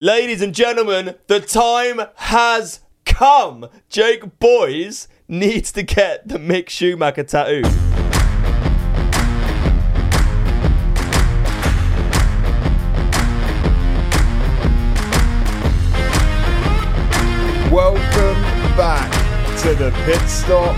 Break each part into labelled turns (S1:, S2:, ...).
S1: Ladies and gentlemen, the time has come. Jake Boys needs to get the Mick Schumacher tattoo.
S2: Welcome back to the Pit Stop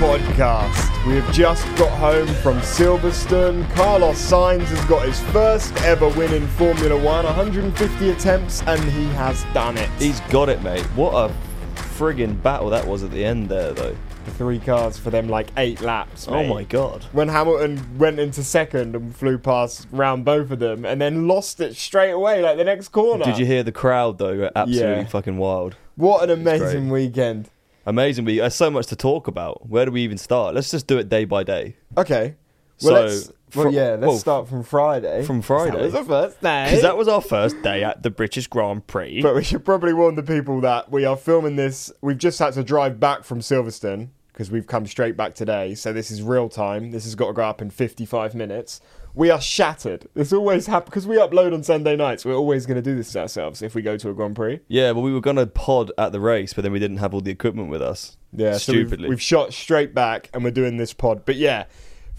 S2: Podcast. We have just got home from Silverstone. Carlos Sainz has got his first ever win in Formula One, 150 attempts, and he has done it.
S1: He's got it, mate. What a friggin' battle that was at the end there, though.
S2: the three cars for them like eight laps.
S1: Oh
S2: mate.
S1: my god.
S2: When Hamilton went into second and flew past round both of them and then lost it straight away, like the next corner.
S1: Did you hear the crowd, though? Were Absolutely
S2: Yeah.
S1: fucking wild.
S2: What an
S1: great.
S2: amazing weekend.
S1: Amazing. We There's so much to talk about. Where do we even start? Let's just do it day by day.
S2: Okay.
S1: So,
S2: Well, let's, well,
S1: fro-
S2: yeah, let's
S1: well,
S2: start from Friday.
S1: from Friday.
S2: That was the first day.
S1: Because that was our first day at the British Grand Prix.
S2: But we should probably warn the people that we are filming this. We've just had to drive back from Silverstone because we've come straight back today. So this is real time. This has got to go up in 55 minutes. We are shattered. This always happens because we upload on Sunday nights. We're always going to do this to ourselves if we go to a Grand Prix.
S1: yeah, well, we were going to pod at the race, but then we didn't have all the equipment with us.
S2: Yeah, so we've-
S1: stupidly.
S2: we've, shot straight back and we're doing this pod. But yeah,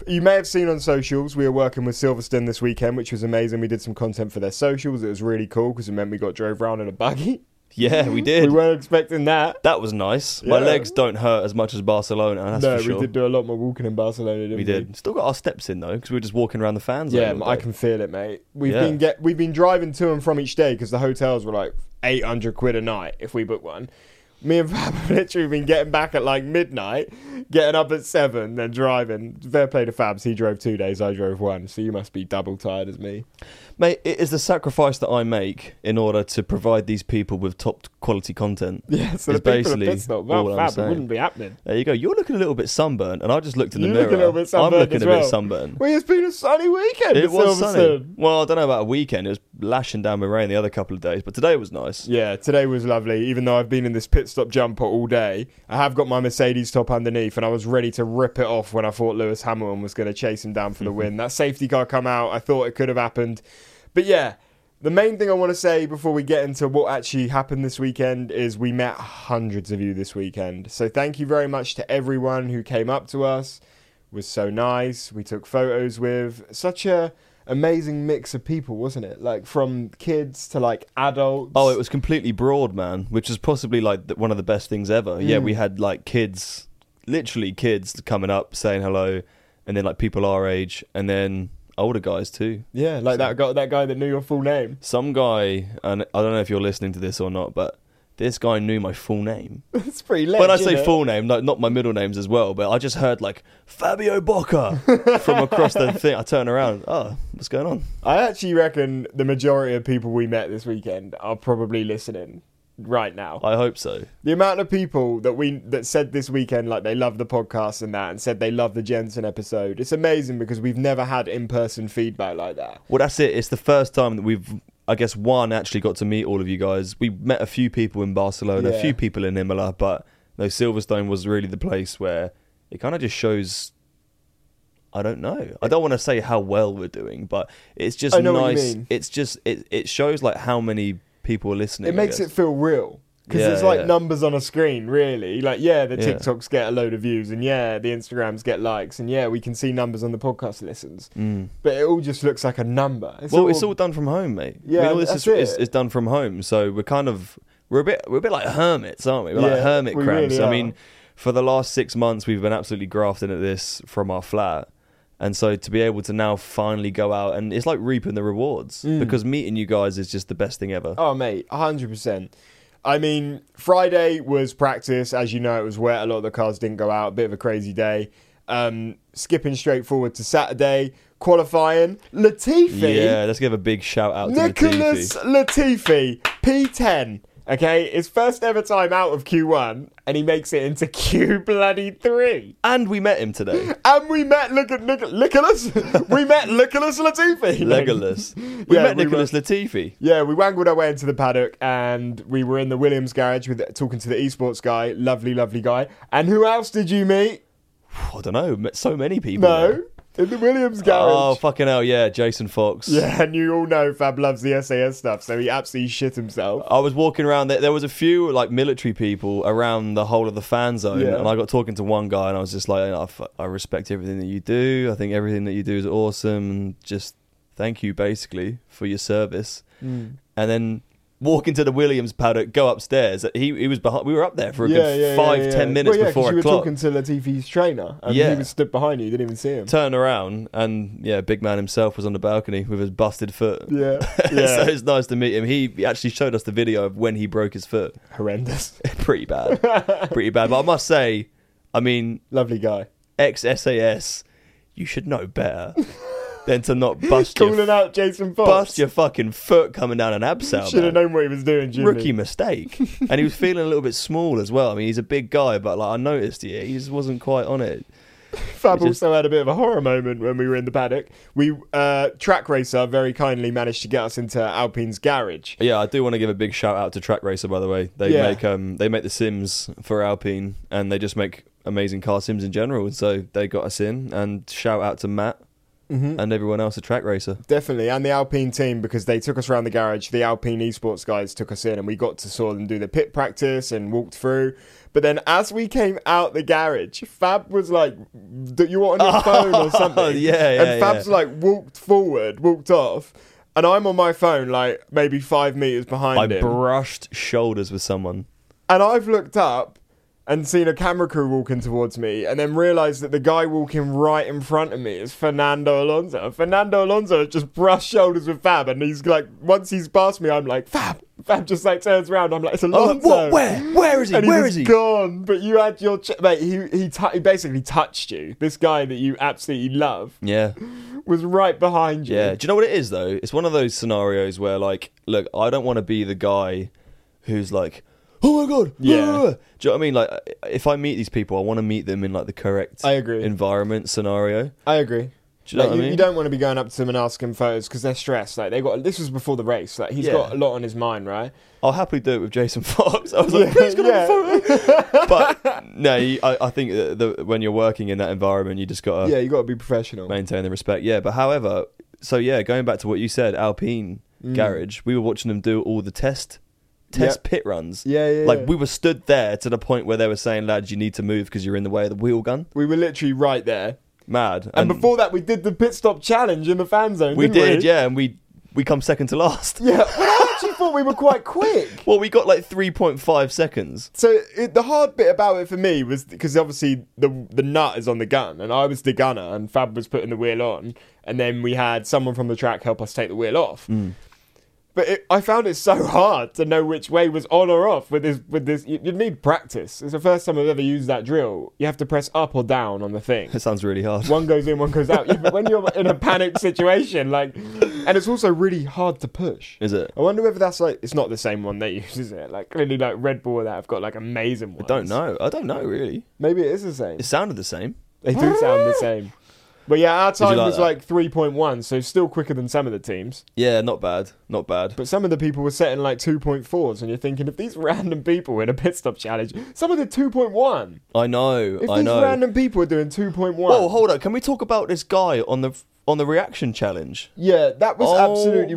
S2: you may have seen on socials, we were working with Silverstone this weekend, which was amazing. We did some content for their socials. It was really cool because it meant we got drove around in a buggy.
S1: yeah, we did.
S2: We weren't expecting that.
S1: That was nice. My
S2: Yeah.
S1: legs don't hurt as much as Barcelona, that's
S2: no,
S1: for sure.
S2: we did do a lot more walking in Barcelona, didn't we?
S1: We did. Still got our steps in though, because we were just walking around the fans.
S2: Yeah, I can feel it, mate. We've
S1: Yeah.
S2: been get we've been driving to and from each day because the hotels were like eight hundred quid a night if we book one. Me and Fab have literally been getting back at like midnight, getting up at seven, then driving. Fair play to Fabs, he drove two days, I drove one, so you must be double tired as me.
S1: Mate, it is the sacrifice that I make in order to provide these people with top quality content.
S2: Yeah, so
S1: It's
S2: the people
S1: basically
S2: at Pitstop,
S1: all
S2: well,
S1: I'm
S2: Fab,
S1: saying.
S2: it wouldn't be happening.
S1: There you go. You're looking a little bit sunburned, and I just looked in the
S2: You
S1: mirror.
S2: look a little bit sunburned
S1: I'm looking
S2: as
S1: a
S2: well.
S1: bit sunburned.
S2: Well, it's been a sunny weekend.
S1: It
S2: at
S1: was sunny.
S2: Silverstone.
S1: Well, I don't know about a weekend. It was lashing down with rain the other couple of days, but today was nice.
S2: Yeah, today was lovely. Even though I've been in this pit stop jumper all day, I have got my Mercedes top underneath, and I was ready to rip it off when I thought Lewis Hamilton was going to chase him down for the win. That safety car come out. I thought it could have happened, but yeah. The main thing I want to say before we get into what actually happened this weekend is we met hundreds of you this weekend. So thank you very much to everyone who came up to us. It was so nice. We took photos with such a amazing mix of people, wasn't it? Like from kids to like adults.
S1: Oh, it was completely broad, man, which is possibly like the, one of the best things ever. Yeah,
S2: Mm.
S1: we had like kids, literally kids coming up saying hello, and then like people our age, and then older guys too.
S2: Yeah, like that guy, that guy that knew your full name.
S1: Some guy, and I don't know if you're listening to this or not, but this guy knew my full name.
S2: It's pretty lit.
S1: When I
S2: isn't
S1: say
S2: it?
S1: full name, like not my middle names as well, but I just heard like Fabio Bocca from across the thing. I turn around, oh, what's going on?
S2: I actually reckon the majority of people we met this weekend are probably listening right now.
S1: I hope so.
S2: The amount of people that we that said this weekend like they love the podcast and that, and said they love the Jensen episode. It's amazing because we've never had in person feedback like that.
S1: Well, that's it. It's the first time that we've, I guess, one actually got to meet all of you guys. We met a few people in Barcelona, a
S2: Yeah.
S1: few people in Imola, but no, Silverstone was really the place where it kind of just shows. I don't know. I don't want to say how well we're doing, but it's just
S2: I know what you
S1: nice.
S2: mean.
S1: It's just it. It shows like how many people are listening.
S2: It makes it feel real. Because
S1: Yeah,
S2: it's like
S1: yeah.
S2: numbers on a screen, really. Like, yeah, the
S1: Yeah.
S2: TikToks get a load of views, and yeah, the Instagrams get likes, and yeah, we can see numbers on the podcast listens.
S1: Mm.
S2: But it all just looks like a number. It's
S1: Well, it's all done from home, mate.
S2: Yeah,
S1: I mean, all this
S2: that's
S1: is, is,
S2: it.
S1: is done from home, so we're kind of we're a bit we're a bit like hermits, aren't we? We're like
S2: Yeah,
S1: hermit
S2: we
S1: crabs.
S2: really
S1: I
S2: are.
S1: mean, for the last six months, we've been absolutely grafting at this from our flat, and so to be able to now finally go out and it's like reaping the rewards because meeting you guys is just the best thing ever.
S2: Mm. Oh, mate, 100%. I mean, Friday was practice. As you know, it was wet. A lot of the cars didn't go out. A bit of a crazy day. Um, skipping straight forward to Saturday, qualifying. Latifi.
S1: yeah, let's give a big shout out to
S2: Nicholas
S1: Latifi.
S2: Latifi, P10. Okay, his first ever time out of Q1, and he makes it into Q bloody three.
S1: And we met him today,
S2: And we met look at Nic- Nicholas. we met Nicholas Latifi.
S1: Legolas. We
S2: Yeah,
S1: met
S2: we
S1: Nicholas Latifi.
S2: Yeah, we wangled our way into the paddock and we were in the Williams garage with talking to the esports guy. Lovely, lovely guy. And who else did you meet?
S1: I don't know, met so many people.
S2: No.
S1: there.
S2: in the Williams garage.
S1: Oh fucking hell! Yeah, Jason Fox.
S2: Yeah, and you all know Fab loves the SAS stuff, so he absolutely shit himself.
S1: I was walking around. There, there was a few like military people around the whole of the fan zone,
S2: Yeah.
S1: and I got talking to one guy, and I was just like, I, f- I respect everything that you do. I think everything that you do is awesome, and just thank you basically for your service. And then walk into the Williams paddock, go upstairs. He he was behind. We were up there for a good five ten minutes
S2: well, yeah, 'cause
S1: before
S2: you were
S1: o'clock.
S2: talking to Latifi's trainer, and
S1: Yeah.
S2: he was stood behind you. You didn't even see him.
S1: Turn around, and yeah, big man himself was on the balcony with his busted foot.
S2: yeah,
S1: so
S2: yeah,
S1: it's nice to meet him. He actually showed us the video of when he broke his foot.
S2: horrendous.
S1: Pretty bad. Pretty bad. But I must say, I mean,
S2: Lovely guy.
S1: ex SAS, you should know better than to not bust your,
S2: Calling out Jason Fox.
S1: bust your fucking foot coming down an abseil.
S2: Should have
S1: man.
S2: known what he was doing, Jimmy.
S1: Rookie mistake. and he was feeling a little bit small as well. I mean, he's a big guy, but like I noticed, yeah, he just wasn't quite on it.
S2: Fab
S1: It just-
S2: also had a bit of a horror moment when we were in the paddock. We uh, track racer very kindly managed to get us into Alpine's garage.
S1: Yeah, I do want to give a big shout out to Track Racer, by the way. They
S2: Yeah.
S1: make um they make the Sims for Alpine, and they just make amazing car sims in general. And so they got us in, and shout out to Matt
S2: Mm-hmm.
S1: and everyone else at Track Racer.
S2: Definitely, and the Alpine team because they took us around the garage. The Alpine esports guys took us in, and we got to saw them do the pit practice and walked through. But then, as we came out the garage, Fab was like, "D- "You were on your phone or something?"
S1: yeah, yeah,
S2: And Fab's
S1: yeah.
S2: like walked forward, walked off, and I'm on my phone, like maybe five meters behind
S1: I
S2: him.
S1: brushed shoulders with someone.
S2: And I've looked up and seen a camera crew walking towards me, and then realised that the guy walking right in front of me is Fernando Alonso. Fernando Alonso has just brushed shoulders with Fab, and he's like, once he's past me, I'm like, Fab. Fab just like turns around. I'm like, it's
S1: Oh,
S2: Alonso.
S1: what? Where? Where is he?
S2: And
S1: Where
S2: was
S1: is he?
S2: Gone. But you had your ch- mate. He he, tou- he basically touched you. This guy that you absolutely love
S1: Yeah,
S2: was right behind you.
S1: yeah. Do you know what it is though? It's one of those scenarios where like, look, I don't want to be the guy who's like. Oh my god!
S2: Yeah.
S1: Do you know what I mean? Like, if I meet these people, I want to meet them in like the correct
S2: I agree.
S1: environment scenario.
S2: I agree.
S1: Do you know
S2: Like,
S1: what I mean?
S2: don't want to be going up to them and asking photos because they're stressed. Like they got this was before the race. Like he's
S1: Yeah.
S2: got a lot on his mind, right?
S1: I'll happily do it with Jason Fox. I was like,
S2: Yeah,
S1: please can
S2: yeah.
S1: I have a photo? But no, you, I, I think that the, when you're working in that environment, you just gotta
S2: yeah, you got to be professional.
S1: maintain the respect. Yeah, but however, so yeah, going back to what you said, Alpine
S2: Mm.
S1: Garage, we were watching them do all the test test pit runs.
S2: Yeah, yeah.
S1: Like
S2: yeah.
S1: we were stood there to the point where they were saying, "Lads, you need to move because you're in the way of the wheel gun."
S2: we were literally right there.
S1: Mad.
S2: And, before that, we did the pit stop challenge in the fan zone.
S1: we
S2: didn't
S1: did, yeah, and we we come second to last.
S2: Yeah, but I actually thought we were quite quick.
S1: Well, we got like three point five seconds.
S2: So it, the hard bit about it for me was because obviously the the nut is on the gun, and I was the gunner, and Fab was putting the wheel on, and then we had someone from the track help us take the wheel off. But it, I found it so hard to know which way was on or off with this. With this, you, you need practice. It's the first time I've ever used that drill. You have to press up or down on the thing.
S1: That sounds really hard.
S2: One goes in, one goes out. Yeah, but when you're in a panicked situation, like, and it's also really hard to push.
S1: Is it?
S2: I wonder whether that's like it's not the same one they use, is it? Like clearly, like Red Bull that have got like amazing ones.
S1: I don't know. I don't know really.
S2: Maybe it is the same.
S1: It sounded the same.
S2: They do sound the same. But yeah, our
S1: you
S2: time
S1: like
S2: was
S1: that?
S2: like three point one, so still quicker than some of the teams.
S1: Yeah, not bad. Not bad.
S2: But some of the people were setting like two point fours, and you're thinking if these random people were in a pit stop challenge, some of the two point one.
S1: I know.
S2: If
S1: I
S2: these
S1: know.
S2: random people are doing two point one,
S1: Whoa, hold up. Can we talk about this guy on the on the reaction challenge?
S2: yeah, that was
S1: oh
S2: absolutely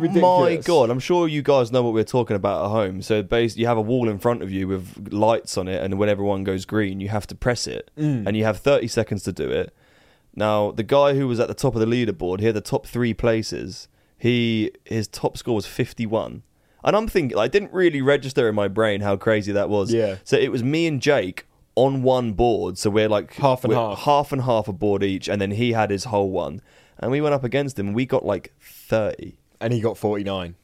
S1: my
S2: ridiculous.
S1: god! I'm sure you guys know what we're talking about at home. So, base you have a wall in front of you with lights on it, and when everyone goes green, you have to press it,
S2: Mm.
S1: and you have 30 seconds to do it. Now, the guy who was at the top of the leaderboard, he had the top three places. He his top score was 51, and I'm thinking I didn't really register in my brain how crazy that was.
S2: Yeah.
S1: So it was me and Jake on one board. So we're like
S2: Half and
S1: we're
S2: half.
S1: half and half a board each, and then he had his whole one. And we went up against him. and We got like thirty.
S2: and he got 49.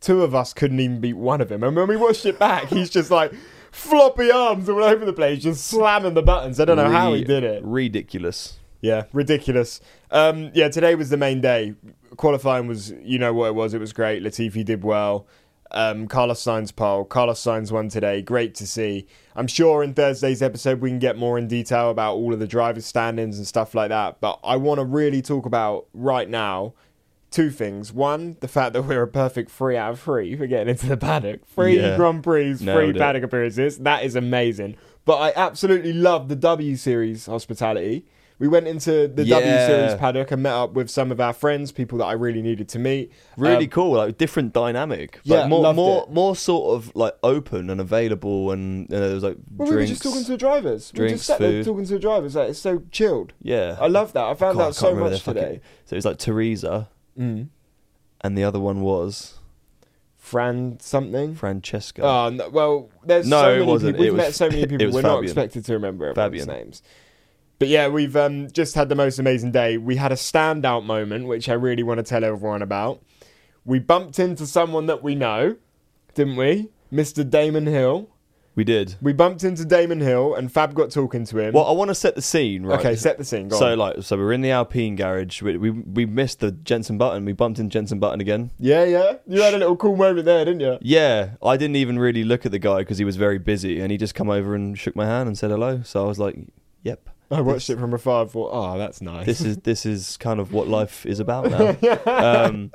S2: Two of us couldn't even beat one of him. And when we watched it back, he's just like floppy arms all over the place, just slamming the buttons. I don't know how he
S1: Ri-
S2: did it.
S1: Ridiculous.
S2: Yeah, ridiculous. Um, yeah, today was the main day. Qualifying was, you know what it was. It was great. Latifi did well. Um, Carlos Sainz pole. Carlos Sainz won today. Great to see. I'm sure in Thursday's episode we can get more in detail about all of the drivers' standings and stuff like that. But I want to really talk about right now two things. One, the fact that we're a perfect three out of three for getting into the paddock. Three
S1: Yeah.
S2: Grand Prix, three
S1: Nailed it.
S2: paddock appearances. That is amazing. But I absolutely love the W Series hospitality. We went into the W
S1: Yeah.
S2: Series paddock and met up with some of our friends, people that I really needed to meet.
S1: Really
S2: Um,
S1: cool, like different dynamic.
S2: Yeah,
S1: like, more
S2: loved
S1: more
S2: it.
S1: more sort of like open and available, and you know, there was like
S2: well, we were
S1: drinks.
S2: just talking to the drivers. we
S1: drinks,
S2: just sat there
S1: food.
S2: talking to the drivers. Like, it's so chilled.
S1: yeah,
S2: I love that. I found
S1: God, I
S2: out
S1: can't
S2: so
S1: remember
S2: much
S1: their fucking-
S2: today.
S1: So it was like Teresa,
S2: Mm.
S1: and the other one was
S2: Fran something.
S1: Francesca.
S2: Oh, no, well, there's
S1: No,
S2: so
S1: it
S2: many
S1: wasn't.
S2: people. We've
S1: It was-
S2: met so many
S1: it
S2: people.
S1: was
S2: We're not
S1: Fabian.
S2: expected to remember everyone's
S1: Fabian.
S2: names. But yeah, we've um, just had the most amazing day. We had a standout moment, which I really want to tell everyone about. We bumped into someone that we know, didn't we? Mr. Damon Hill.
S1: we did.
S2: We bumped into Damon Hill, and Fab got talking to him.
S1: Well, I want to set the scene, right?
S2: Okay, set the scene. Go
S1: so
S2: on.
S1: like, so we we're in the Alpine garage. We, we we missed the Jensen Button. We bumped into Jensen Button again.
S2: Yeah, yeah. You had a little cool moment there, didn't you?
S1: Yeah, I didn't even really look at the guy because he was very busy, and he just come over and shook my hand and said hello. So I was like, "Yep,
S2: I watched it from afar. and Thought, oh, that's nice.
S1: this is this is kind of what life is about now." um,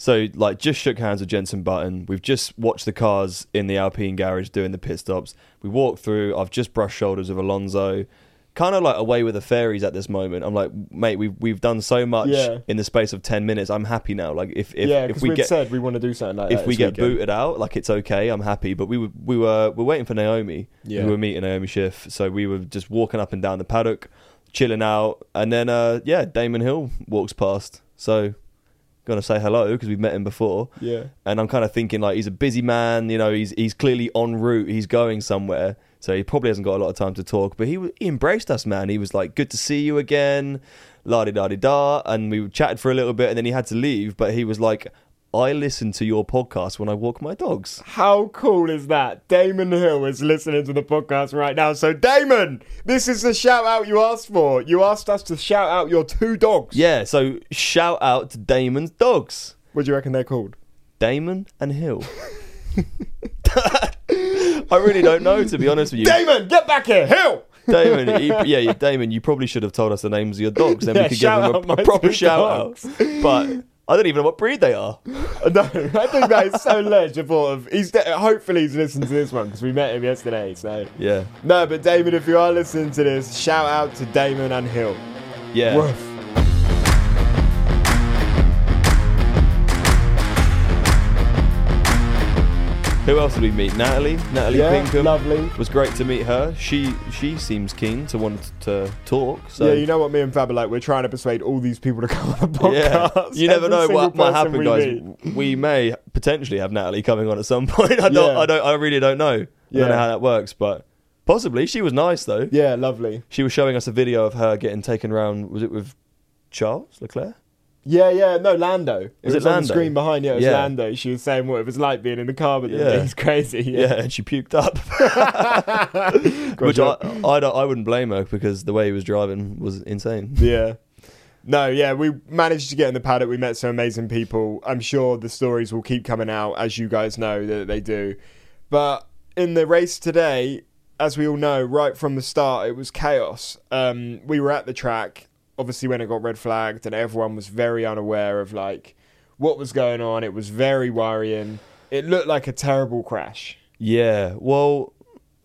S1: so like, just shook hands with Jensen Button. We've just watched the cars in the Alpine garage doing the pit stops. We walked through. I've just brushed shoulders with Alonso. Kind of like away with the fairies at this moment. I'm like, mate, we've we've done so much
S2: Yeah.
S1: in the space of ten minutes. I'm happy now. Like, if if,
S2: yeah,
S1: if
S2: because
S1: we
S2: we
S1: get
S2: said we want to do something like that.
S1: if we
S2: this
S1: get
S2: weekend.
S1: booted out, like it's okay, I'm happy. But we were we were we're waiting for Naomi.
S2: Yeah.
S1: We were meeting Naomi Schiff, so we were just walking up and down the paddock, chilling out, and then uh, yeah, Damon Hill walks past. So gonna say hello because we've met him before,
S2: yeah.
S1: and I'm kind of thinking like he's a busy man. You know, he's he's clearly en route. He's going somewhere. So he probably hasn't got a lot of time to talk, but he, w- he embraced us, man. He was like, "Good to see you again," la di da di da, and we chatted for a little bit, and then he had to leave. But he was like, "I listen to your podcast when I walk my dogs."
S2: How cool is that? Damon Hill is listening to the podcast right now. So, Damon, this is the shout out you asked for. You asked us to shout out your two dogs.
S1: Yeah, so shout out to Damon's dogs,
S2: What do you reckon they're called?
S1: Damon and Hill. I really don't know, to be honest with you.
S2: Damon, get back here, Hill!
S1: Damon, he, yeah, yeah, Damon, you probably should have told us the names of your dogs, then
S2: Yeah,
S1: we could give
S2: shout
S1: them
S2: out
S1: a,
S2: my
S1: a proper
S2: two
S1: shout
S2: dogs.
S1: out. But I don't even know what breed they are.
S2: No, I think that is so legible. Of he's de- hopefully he's listened to this one because we met him yesterday. So
S1: Yeah,
S2: no, but Damon, if you are listening to this, shout out to Damon and Hill.
S1: yeah.
S2: Woof.
S1: Who else did we meet? Natalie, Natalie
S2: Yeah,
S1: Pinkham.
S2: lovely.
S1: It was great to meet her. She she seems keen to want to talk. So
S2: yeah, you know what me and Fab are like. We're trying to persuade all these people to come on the
S1: Yeah.
S2: podcast.
S1: you never
S2: Every
S1: know
S2: single
S1: what might
S2: person
S1: happen,
S2: we
S1: guys.
S2: meet.
S1: We may potentially have Natalie coming on at some point. I don't.
S2: Yeah.
S1: I don't. I really don't know. I
S2: Yeah.
S1: don't know how that works, but possibly she was nice though.
S2: Yeah, lovely.
S1: She was showing us a video of her getting taken round. Was it with Charles Leclerc?
S2: Yeah, yeah, no, Lando. It
S1: Was
S2: was
S1: it
S2: on the
S1: Lando?
S2: screen behind you. It was
S1: Yeah.
S2: Lando. She was saying what it was like being in the car with him.
S1: Yeah.
S2: It's crazy.
S1: Yeah,
S2: Yeah,
S1: and she puked up, which I,
S2: Gotcha.
S1: I, don't- I wouldn't blame her because the way he was driving was insane.
S2: yeah. No, yeah, we managed to get in the paddock. We met some amazing people. I'm sure the stories will keep coming out, as you guys know that they do. But in the race today, as we all know, right from the start, it was chaos. Um, we were at the track, obviously, when it got red flagged, and everyone was very unaware of like what was going on. It was very worrying. It looked like a terrible crash.
S1: Yeah, well,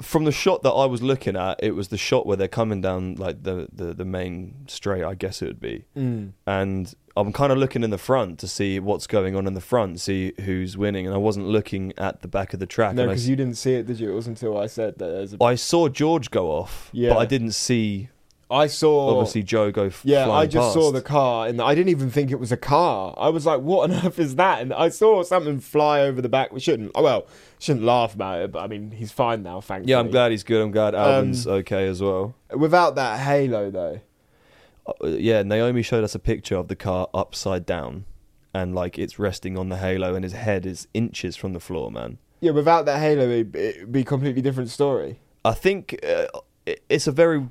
S1: from the shot that I was looking at, it was the shot where they're coming down like the the, the main straight, I guess it would be.
S2: Mm.
S1: and I'm kind of looking in the front to see what's going on in the front, see who's winning, and I wasn't looking at the back of the track.
S2: No,
S1: and I,
S2: because you didn't see it, did you? It wasn't until I said that. There's a...
S1: I saw George go off,
S2: Yeah.
S1: but I didn't see
S2: I saw.
S1: obviously Joe go. F-
S2: Yeah,
S1: flying
S2: I just
S1: past.
S2: saw the car, and I didn't even think it was a car. I was like, "What on earth is that?" And I saw something fly over the back. We shouldn't. oh, Well, shouldn't laugh about it, but I mean, he's fine now. Thankfully.
S1: Yeah, I'm glad he's good. I'm glad Alvin's
S2: Um,
S1: okay as well.
S2: Without that halo, though.
S1: Uh, yeah, Naomi showed us a picture of the car upside down, and like it's resting on the halo, and his head is inches from the floor, man.
S2: Yeah, without that halo, it'd, it'd be a completely different story.
S1: I think uh, it- it's a very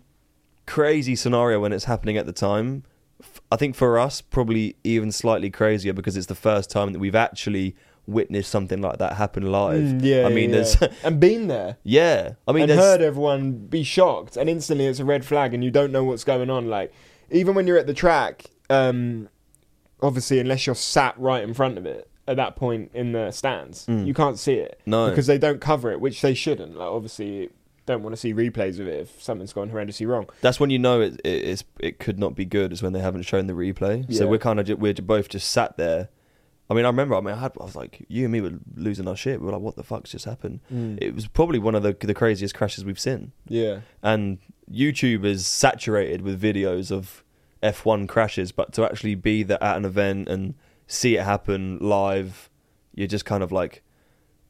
S1: crazy scenario when it's happening at the time. F- I think for us, probably even slightly crazier because it's the first time that we've actually witnessed something like that happen live.
S2: Mm, yeah,
S1: I mean,
S2: yeah,
S1: there's,
S2: yeah. and been there.
S1: yeah, I mean,
S2: and
S1: there's,
S2: heard everyone be shocked, and instantly it's a red flag, and you don't know what's going on. Like, even when you're at the track, um, obviously, unless you're sat right in front of it at that point in the stands, you can't see it
S1: Hmm. No.
S2: because they don't cover it, which they shouldn't. Like, obviously, don't want to see replays of it if something's gone horrendously wrong.
S1: That's when you know it, it, it's, it could not be good, is when they haven't shown the replay. So
S2: Yeah.
S1: we're kind of ju- we're both just sat there. I mean, I remember. I mean, I, had, I was like, you and me were losing our shit. We were like, what the fuck's just happened? It was probably one of the the craziest crashes we've seen.
S2: yeah,
S1: And YouTube is saturated with videos of F1 crashes, but to actually be there at an event and see it happen live, you're just kind of like,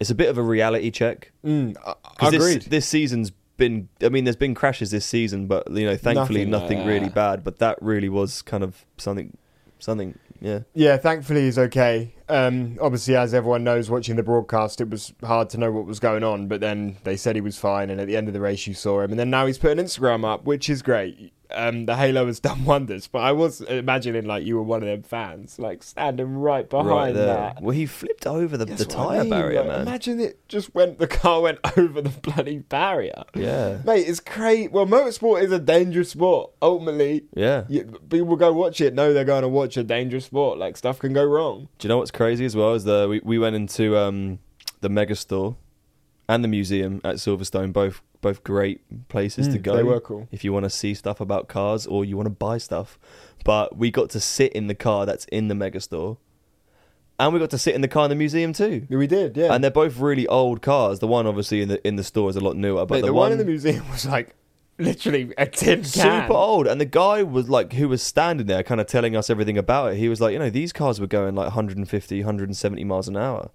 S1: it's a bit of a reality check.
S2: mm, I, I
S1: Because
S2: agreed.
S1: this, this season's been, I mean, there's been crashes this season, but you know, thankfully
S2: Nothing like
S1: nothing, really
S2: that.
S1: bad. But that really was kind of something, something, yeah.
S2: Yeah, thankfully he's okay. Um, obviously, as everyone knows, watching the broadcast, it was hard to know what was going on. But then they said he was fine, and at the end of the race, you saw him. And then now he's put an Instagram up, which is great. Um, the Halo has done wonders. But I was imagining like you were one of them fans, like standing right behind
S1: right there.
S2: that.
S1: Well, he flipped over the, the
S2: That's what I
S1: tire
S2: mean,
S1: barrier,
S2: like,
S1: man.
S2: Imagine it just went. The car went over the bloody barrier.
S1: Yeah,
S2: Mate, it's crazy. Well, motorsport is a dangerous sport. Ultimately,
S1: yeah.
S2: you, people go watch it. No, they're going to watch a dangerous sport. Like stuff can go wrong.
S1: Do you know what's crazy as well is the we, we went into um, the mega store and the museum at Silverstone, both both great places to
S2: Mm,
S1: go.
S2: They were cool.
S1: If you want to see stuff about cars or you want to buy stuff, but we got to sit in the car that's in the mega store, and we got to sit in the car in the museum too.
S2: Yeah, we did, yeah.
S1: And they're both really old cars. The one obviously in the in the store is a lot newer, but
S2: Mate, the, one, in the museum was like literally a tin can.
S1: super old. And the guy was like, who was standing there, kind of telling us everything about it. He was like, you know, these cars were going like 150, 170 miles an hour,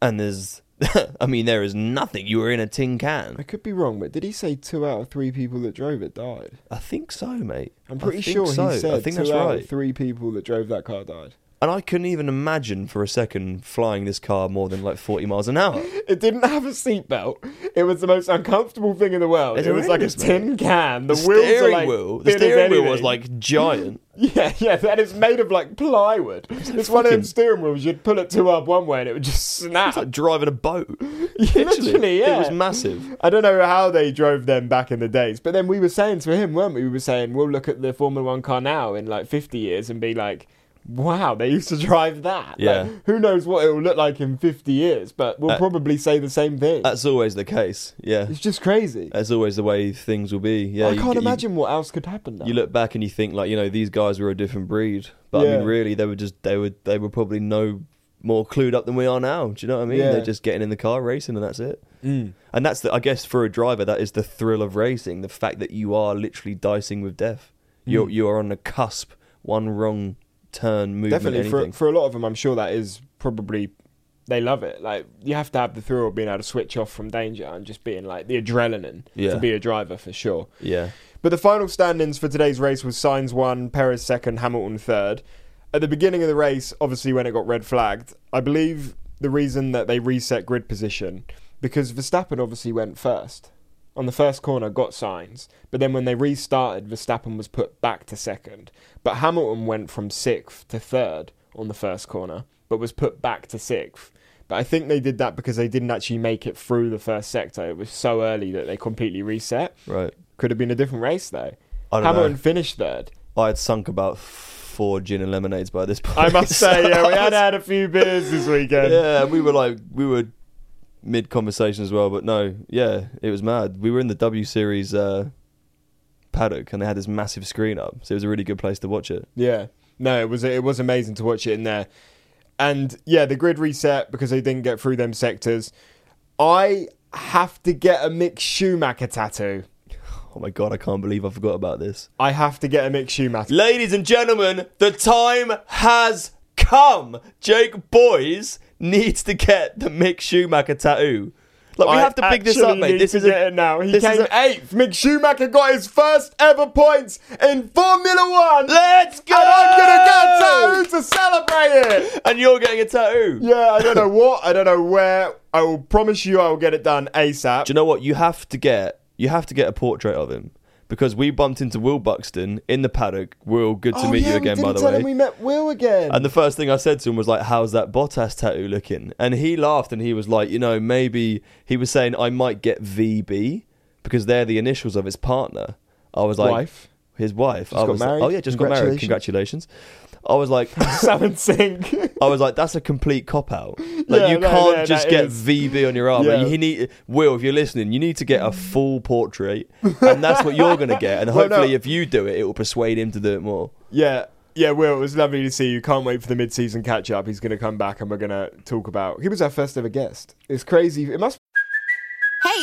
S1: and there's, I mean, there is nothing. You were in a tin
S2: I
S1: can.
S2: could be wrong, but did he say two out of three people that drove it died?
S1: I think so, mate.
S2: I'm
S1: I
S2: pretty
S1: think
S2: sure
S1: so.
S2: he said
S1: I think
S2: two
S1: that's
S2: out
S1: right.
S2: of three people that drove that car died.
S1: And I couldn't even imagine for a second flying this car more than like 40 miles an hour.
S2: It didn't have a seatbelt. It was the most uncomfortable thing in the world.
S1: It's
S2: it was like a
S1: horrendous, mate.
S2: tin can. The,
S1: the
S2: wheels
S1: steering
S2: are like
S1: wheel, the
S2: thin as
S1: steering wheel was
S2: anything.
S1: like giant.
S2: yeah, yeah, and it's made of like plywood. It's, one of them
S1: fucking-
S2: steering wheels. You'd pull it two up one way and it would just snap.
S1: It's like driving a boat.
S2: Literally, yeah.
S1: It was massive.
S2: I don't know how they drove them back in the days, but then we were saying to him, weren't we? We were saying we'll look at the Formula One car now in like 50 years and be like, "Wow, they used to drive that." Like,
S1: Yeah.
S2: who knows what it will look like in 50 years? But we'll
S1: Uh,
S2: probably say the same thing.
S1: That's always the case. Yeah.
S2: it's just crazy.
S1: That's always the way things will be. uh, Yeah.
S2: I
S1: you-
S2: can't
S1: you-
S2: imagine what else could happen. Now.
S1: You look back and you think like, you know, these guys were a different breed. But I
S2: Yeah.
S1: mean really they were just they were they were probably no more clued up than we are now. Do you know what I mean?
S2: Yeah.
S1: They're just getting in the car racing and that's it.
S2: Mm.
S1: And that's the I guess for a driver that is the thrill of racing, the fact that you are literally dicing with death.
S2: Mm.
S1: You're you are on the cusp, one wrong turn movement.
S2: Definitely for
S1: anything.
S2: for a lot of them, I'm sure that is probably they love it. Like you have to have the thrill of being able to switch off from danger and just being like the adrenaline
S1: Yeah.
S2: to be a driver for sure.
S1: yeah.
S2: But the final standings for today's race was Sainz one, Perez second, Hamilton third. At the beginning of the race, obviously when it got red flagged, I believe the reason that they reset grid position because Verstappen obviously went first on the first corner, got Sainz, but then when they restarted, Verstappen was put back to second. But Hamilton went from sixth to third on the first corner, but was put back to sixth. But I think they did that because they didn't actually make it through the first sector. It was so early that they completely reset.
S1: Right.
S2: Could have been a different race though.
S1: I don't
S2: Hamilton
S1: know.
S2: finished third.
S1: I had sunk about four gin and lemonades by this point.
S2: I must say, yeah, we
S1: I
S2: had
S1: was-
S2: had a few beers this weekend.
S1: yeah, we were like we were mid conversation as well, but no, yeah, it was mad. We were in the W series uh, paddock and they had this massive screen up, so it was a really good place to watch it.
S2: Yeah. No, it was it was amazing to watch it in there. And yeah, the grid reset because they didn't get through them sectors. I have to get a Mick Schumacher tattoo.
S1: Oh my god, I can't believe I forgot about this.
S2: I have to get a Mick Schumacher.
S1: Ladies and gentlemen, the time has come. Jake Boys needs to get the Mick Schumacher tattoo. Like we
S2: I
S1: have to pick this up,
S2: actually
S1: mate.
S2: need
S1: This
S2: to
S1: is
S2: get
S1: a,
S2: it now. He
S1: this is
S2: came
S1: a-
S2: eighth. Mick Schumacher got his first ever points in Formula One.
S1: let's go.
S2: and I'm gonna get a tattoo to celebrate it.
S1: And you're getting a tattoo.
S2: Yeah, I don't know what, I don't know where. I will promise you I will get it done ASAP.
S1: Do you know what? You have to get you have to get a portrait of him because we bumped into Will Buxton in the paddock. Will, good to
S2: Oh,
S1: meet
S2: yeah,
S1: you
S2: we
S1: again, by
S2: didn't
S1: the
S2: tell him
S1: way.
S2: we met Will again.
S1: and the first thing I said to him was like, "How's that Bottas tattoo looking?" And he laughed and he was like, "You know, maybe he was saying I might get VB because they're the initials of his partner." I was like,
S2: Wife.
S1: his wife.
S2: Just
S1: I
S2: got
S1: was
S2: married?
S1: Like, oh yeah, just got married. Congratulations. I was like,
S2: Salmon sink.
S1: I was like, that's a complete cop out. Like
S2: Yeah,
S1: you
S2: no,
S1: can't
S2: yeah,
S1: just
S2: that
S1: get
S2: is-
S1: VB on your arm.
S2: Yeah.
S1: Like, you need Will, if you're listening, you need to get a full portrait, and that's what you're gonna get. And
S2: Well, no.
S1: hopefully, if you do it, it will persuade him to do it more.
S2: yeah. Yeah, Will, it was lovely to see you. Can't wait for the mid-season catch-up. He's going to come back and we're going to talk about... He was our first ever guest. It's crazy. It must
S3: Hey,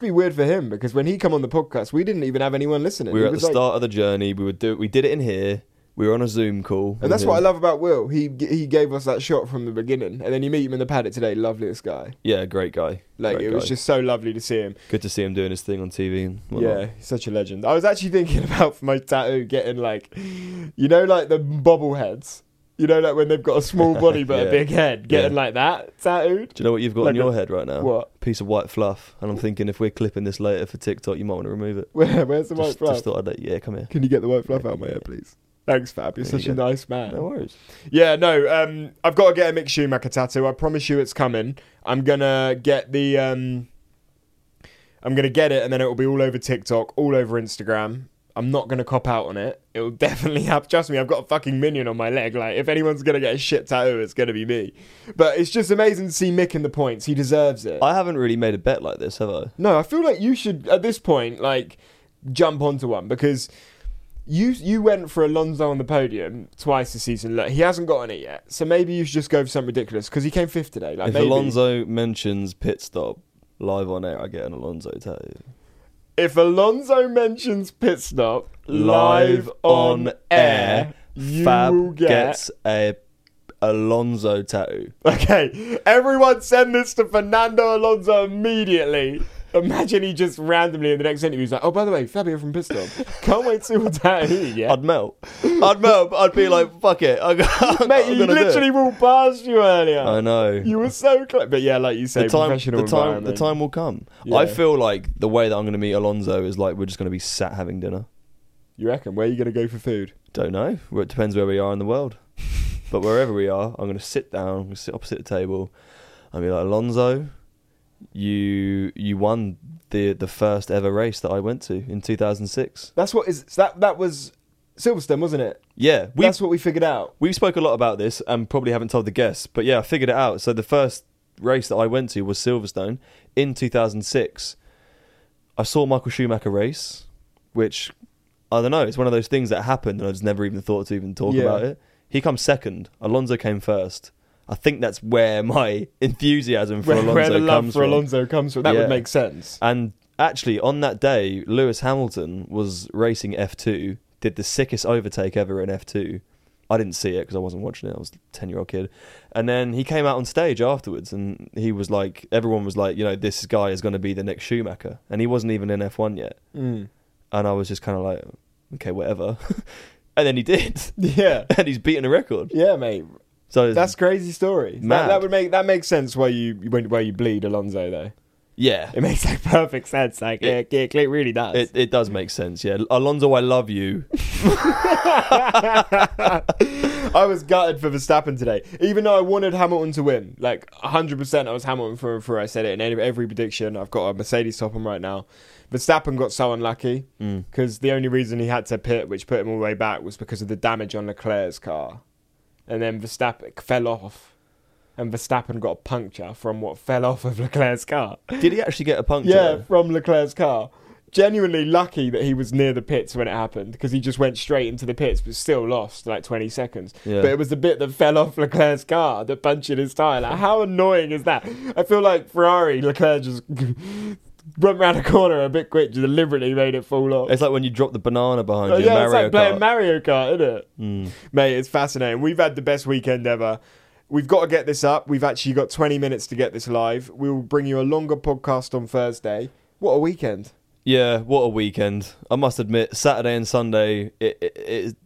S2: be weird for him because when he come on the podcast, we didn't even have anyone listening.
S1: We
S2: He
S1: were at the
S2: was like-
S1: start of the journey. We would do. We did it in here. We were on a Zoom call,
S2: And that's what I love about Will. He he gave us that shot from the beginning, and then you meet him in the paddock today. Loveliest guy.
S1: Yeah, great guy.
S2: Like
S1: Great
S2: it was
S1: guy.
S2: just so lovely to see him.
S1: good to see him doing his thing on TV. And whatnot.
S2: Yeah, he's such a legend. I was actually thinking about for my tattoo getting like, you know, like the bobbleheads. You know, like when they've got a small body but
S1: Yeah.
S2: a big head, getting
S1: Yeah.
S2: like that tattooed.
S1: Do you know what you've got
S2: Like
S1: on your
S2: a-
S1: head right now?
S2: what?
S1: Piece of white fluff. And I'm thinking if we're clipping this later for TikTok, you might want to remove it.
S2: Where, where's the
S1: Just,
S2: white fluff?
S1: just thought I'd let you. Yeah, come here.
S2: Can you get the white fluff out of my hair, please? Thanks, Fab. You're
S1: There
S2: such
S1: you
S2: a
S1: go.
S2: nice man.
S1: No worries.
S2: Yeah, no, um, I've got to get a Mick Schumacher tattoo. I promise you it's coming. I'm gonna get the um I'm gonna get it and then it'll be all over TikTok, all over Instagram. I'm not gonna cop out on it. It'll definitely happen. Trust me, I've got a fucking minion on my leg. Like, if anyone's gonna get a shit tattoo, it's gonna be me. But it's just amazing to see Mick in the points. He deserves it.
S1: I haven't really made a bet like this, have I?
S2: No, I feel like you should at this point like jump onto one because you you went for Alonso on the podium twice this season. Look, he hasn't got on it yet, so maybe you should just go for something ridiculous because he came fifth today. Like
S1: if
S2: maybe,
S1: Alonso mentions pit stop live on air, I get an Alonso tattoo.
S2: if Alonso mentions pit stop
S1: Live on air,
S2: you will
S1: Fab
S2: get
S1: gets a Alonso tattoo.
S2: Okay, everyone send this to Fernando Alonso immediately. Imagine he just randomly in the next interview is like, "Oh, by the way, Fabio from Pit Stop. Can't wait to see what tattoo you get."
S1: I'd melt. I'd melt. but I'd be like, fuck it. I'm, I'm
S2: Mate, you
S1: gonna do it.
S2: literally walked past you earlier.
S1: I know.
S2: You were so close. But yeah, like you say,
S1: the time,
S2: professional
S1: the time, the
S2: environment.
S1: time will come.
S2: Yeah.
S1: I feel like the way that I'm going to meet Alonso is like we're just going to be sat having dinner.
S2: You reckon? Where are you going to go for food?
S1: Don't know. Well, It depends where we are in the world. but wherever we are, I'm going to sit down, I'm going to sit opposite the table, and be like, Alonso, you you won the the first ever race that I went to in 2006.
S2: That's what is that. That was Silverstone, wasn't it?
S1: Yeah, we
S2: That's what we figured out.
S1: we spoke a lot about this and probably haven't told the guests, but yeah, I figured it out. So the first race that I went to was Silverstone in 2006. I saw Michael Schumacher race, which I don't know, it's one of those things that happened and I just never even thought to even talk
S2: Yeah.
S1: about it. He comes second, Alonso came first. I think that's where my enthusiasm for
S2: Where,
S1: Alonso
S2: where the love
S1: comes
S2: for
S1: from.
S2: Alonso comes from. That
S1: Yeah.
S2: would make sense.
S1: And actually, on that day, Lewis Hamilton was racing F2, did the sickest overtake ever in F2. I didn't see it because I wasn't watching it. I was a 10 year old kid. And then he came out on stage afterwards and he was like, everyone was like, you know, this guy is going to be the next Schumacher. And he wasn't even in F1 yet.
S2: Mm.
S1: And I was just kind of like, okay, whatever. and then he did.
S2: Yeah,
S1: and he's beaten a record.
S2: yeah, mate.
S1: So
S2: That's
S1: that's,
S2: crazy story. That,
S1: Mad.
S2: that would make that makes sense. Why you when, why you bleed Alonso though?
S1: yeah.
S2: It makes like perfect sense. Like it, it, it really does.
S1: It, it does make sense, yeah. Alonso, I love you.
S2: I was gutted for Verstappen today. Even though I wanted Hamilton to win, like 100%, I was Hamilton through and through. I said it in every, every prediction. I've got a Mercedes top on right now. Verstappen got so unlucky because the only reason he had to pit, which put him all the way back, was because of the damage on Leclerc's car. And then Verstappen fell off. And Verstappen got a puncture from what fell off of Leclerc's car.
S1: Did he actually get a puncture?
S2: Yeah, from Leclerc's car. Genuinely lucky that he was near the pits when it happened because he just went straight into the pits but still lost like 20 seconds.
S1: Yeah.
S2: But it was the bit that fell off Leclerc's car that punctured his tyre. Like, how annoying is that? I feel like Ferrari, Leclerc just went round a corner a bit quick, just deliberately made it fall off.
S1: It's like when you drop the banana behind
S2: Oh,
S1: you.
S2: yeah,
S1: Mario
S2: it's like playing
S1: Kart. Hmm.
S2: Mario Kart, isn't it? Mate, it's fascinating. We've had the best weekend ever. We've got to get this up. We've actually got 20 minutes to get this live. We will bring you a longer podcast on Thursday. What a weekend!
S1: yeah, what a weekend! I must admit, Saturday and Sunday. It, it, it,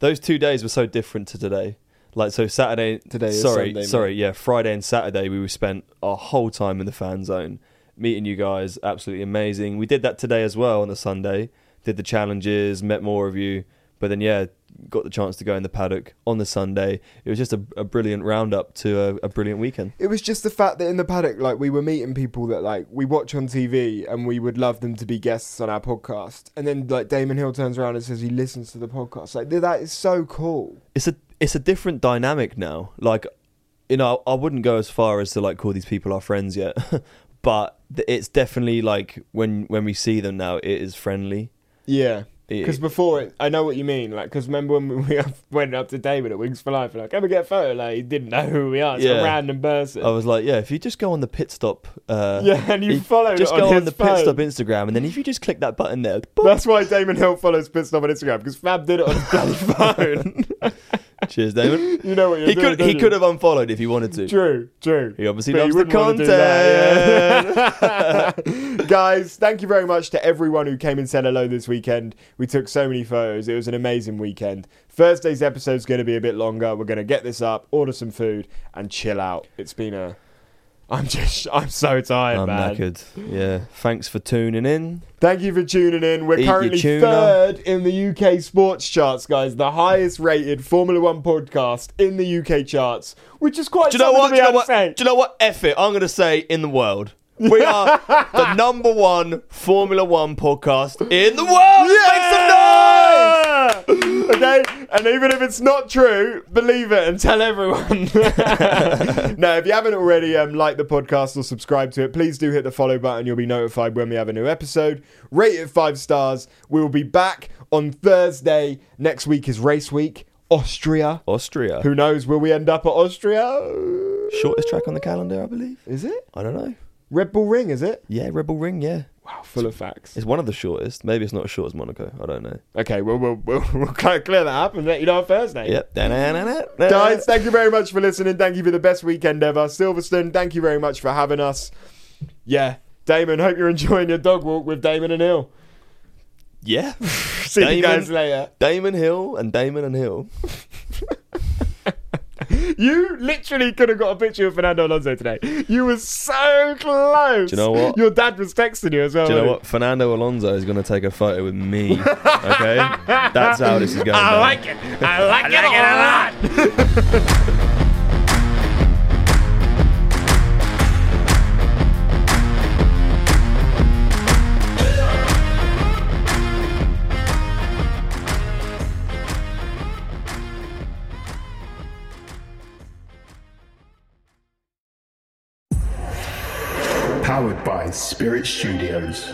S1: those two days were so different to today. Like so, Saturday.
S4: Today is
S1: sorry,
S4: Sunday, mate.
S1: sorry, yeah, Friday and Saturday we were spent our whole time in the fan zone, meeting you guys. Absolutely amazing. We did that today as well on the Sunday. Did the challenges, met more of you, but then yeah, got the chance to go in the paddock on the Sunday. It was just a, a brilliant roundup to a, a brilliant weekend.
S2: It was just the fact that in the paddock, like we were meeting people that like we watch on TV and we would love them to be guests on our podcast. And then like Damon Hill turns around and says he listens to the podcast. Like th- that is so cool.
S1: it's a it's a different dynamic now. Like, you know, I wouldn't go as far as to like call these people our friends yet, but th- it's definitely like when when we see them now, it is friendly.
S2: Yeah.
S1: It-
S2: Because before it, I know what you mean. Like, because remember when we went up to David at Wings for Life, like, can we get a photo? Like, he didn't know who we are. It's
S1: Yeah. Oh.
S2: a random person.
S1: I was like, yeah, if you just go on the pit stop, uh,
S2: Yeah, and you follow it
S1: just
S2: on
S1: go on
S2: his
S1: the
S2: phone.
S1: pit stop Instagram, and then if you just click that button there, boop,
S2: That's why Damon Hill follows Pitstop on Instagram because Fab did it on his bloody phone.
S1: cheers, Damon.
S2: you know what you're
S1: he
S2: doing.
S1: could he
S2: don't
S1: could
S2: you?
S1: have unfollowed if he wanted to.
S2: True, true.
S1: He obviously
S2: But
S1: loves the
S2: wouldn't wanna do that, yeah. Guys, thank you very much to everyone who came and said hello this weekend. We took so many photos. It was an amazing weekend. Thursday's episode's going to be a bit longer. We're going to get this up, order some food, and chill out. It's been a. I'm just. I'm so tired,
S1: I'm
S2: man.
S1: knackered. Yeah, thanks for tuning in.
S2: Thank you for tuning in. We're
S1: Eat your
S2: currently
S1: tuna.
S2: third in the UK sports charts, guys. The highest rated Formula One podcast in the UK charts, which is quite
S1: Do you know
S2: something
S1: what? Do you
S2: to be
S1: know
S2: able
S1: what?
S2: to say.
S1: Do you know what? F it. I'm going to say in the world. We are the number one Formula One podcast in the world. Make some noise!
S2: Yeah! okay, and even if it's not true, believe it and tell everyone. no, if you haven't already, um, like the podcast or subscribe to it, please do hit the follow button. You'll be notified when we have a new episode. Rate it five stars. We will be back on Thursday. Next week is race week. Austria.
S1: Austria.
S2: Who knows? Will we end up at Austria?
S1: Shortest track on the calendar, I believe.
S2: Is it
S1: I don't know.
S2: Red Bull Ring? Is it?
S1: Yeah, Rebel Ring, yeah.
S2: Wow, full of facts.
S1: It's one of the shortest. Maybe it's not as short as Monaco. I don't know.
S2: Okay, well, we'll we'll, we'll kind of clear that up and let you know on Thursday.
S1: Yep.
S2: Guys,
S1: Guys,
S2: thank you very much for listening. Thank you for the best weekend ever. Silverstone, thank you very much for having us. Yeah. Damon, hope you're enjoying your dog walk with Damon and Hill.
S1: Yeah.
S2: See you
S1: Damon.
S2: guys later.
S1: Damon Hill and Damon and Hill.
S2: You literally could have got a picture of Fernando Alonso today. You were so close.
S1: Do you know what?
S2: Your dad was texting you as well.
S1: Do you know
S2: wasn't
S1: what? Fernando Alonso is going to take a photo with me. Okay? That's how this is going. down.
S2: he? I like it. I like it a lot.
S5: Powered by Spirit Studios.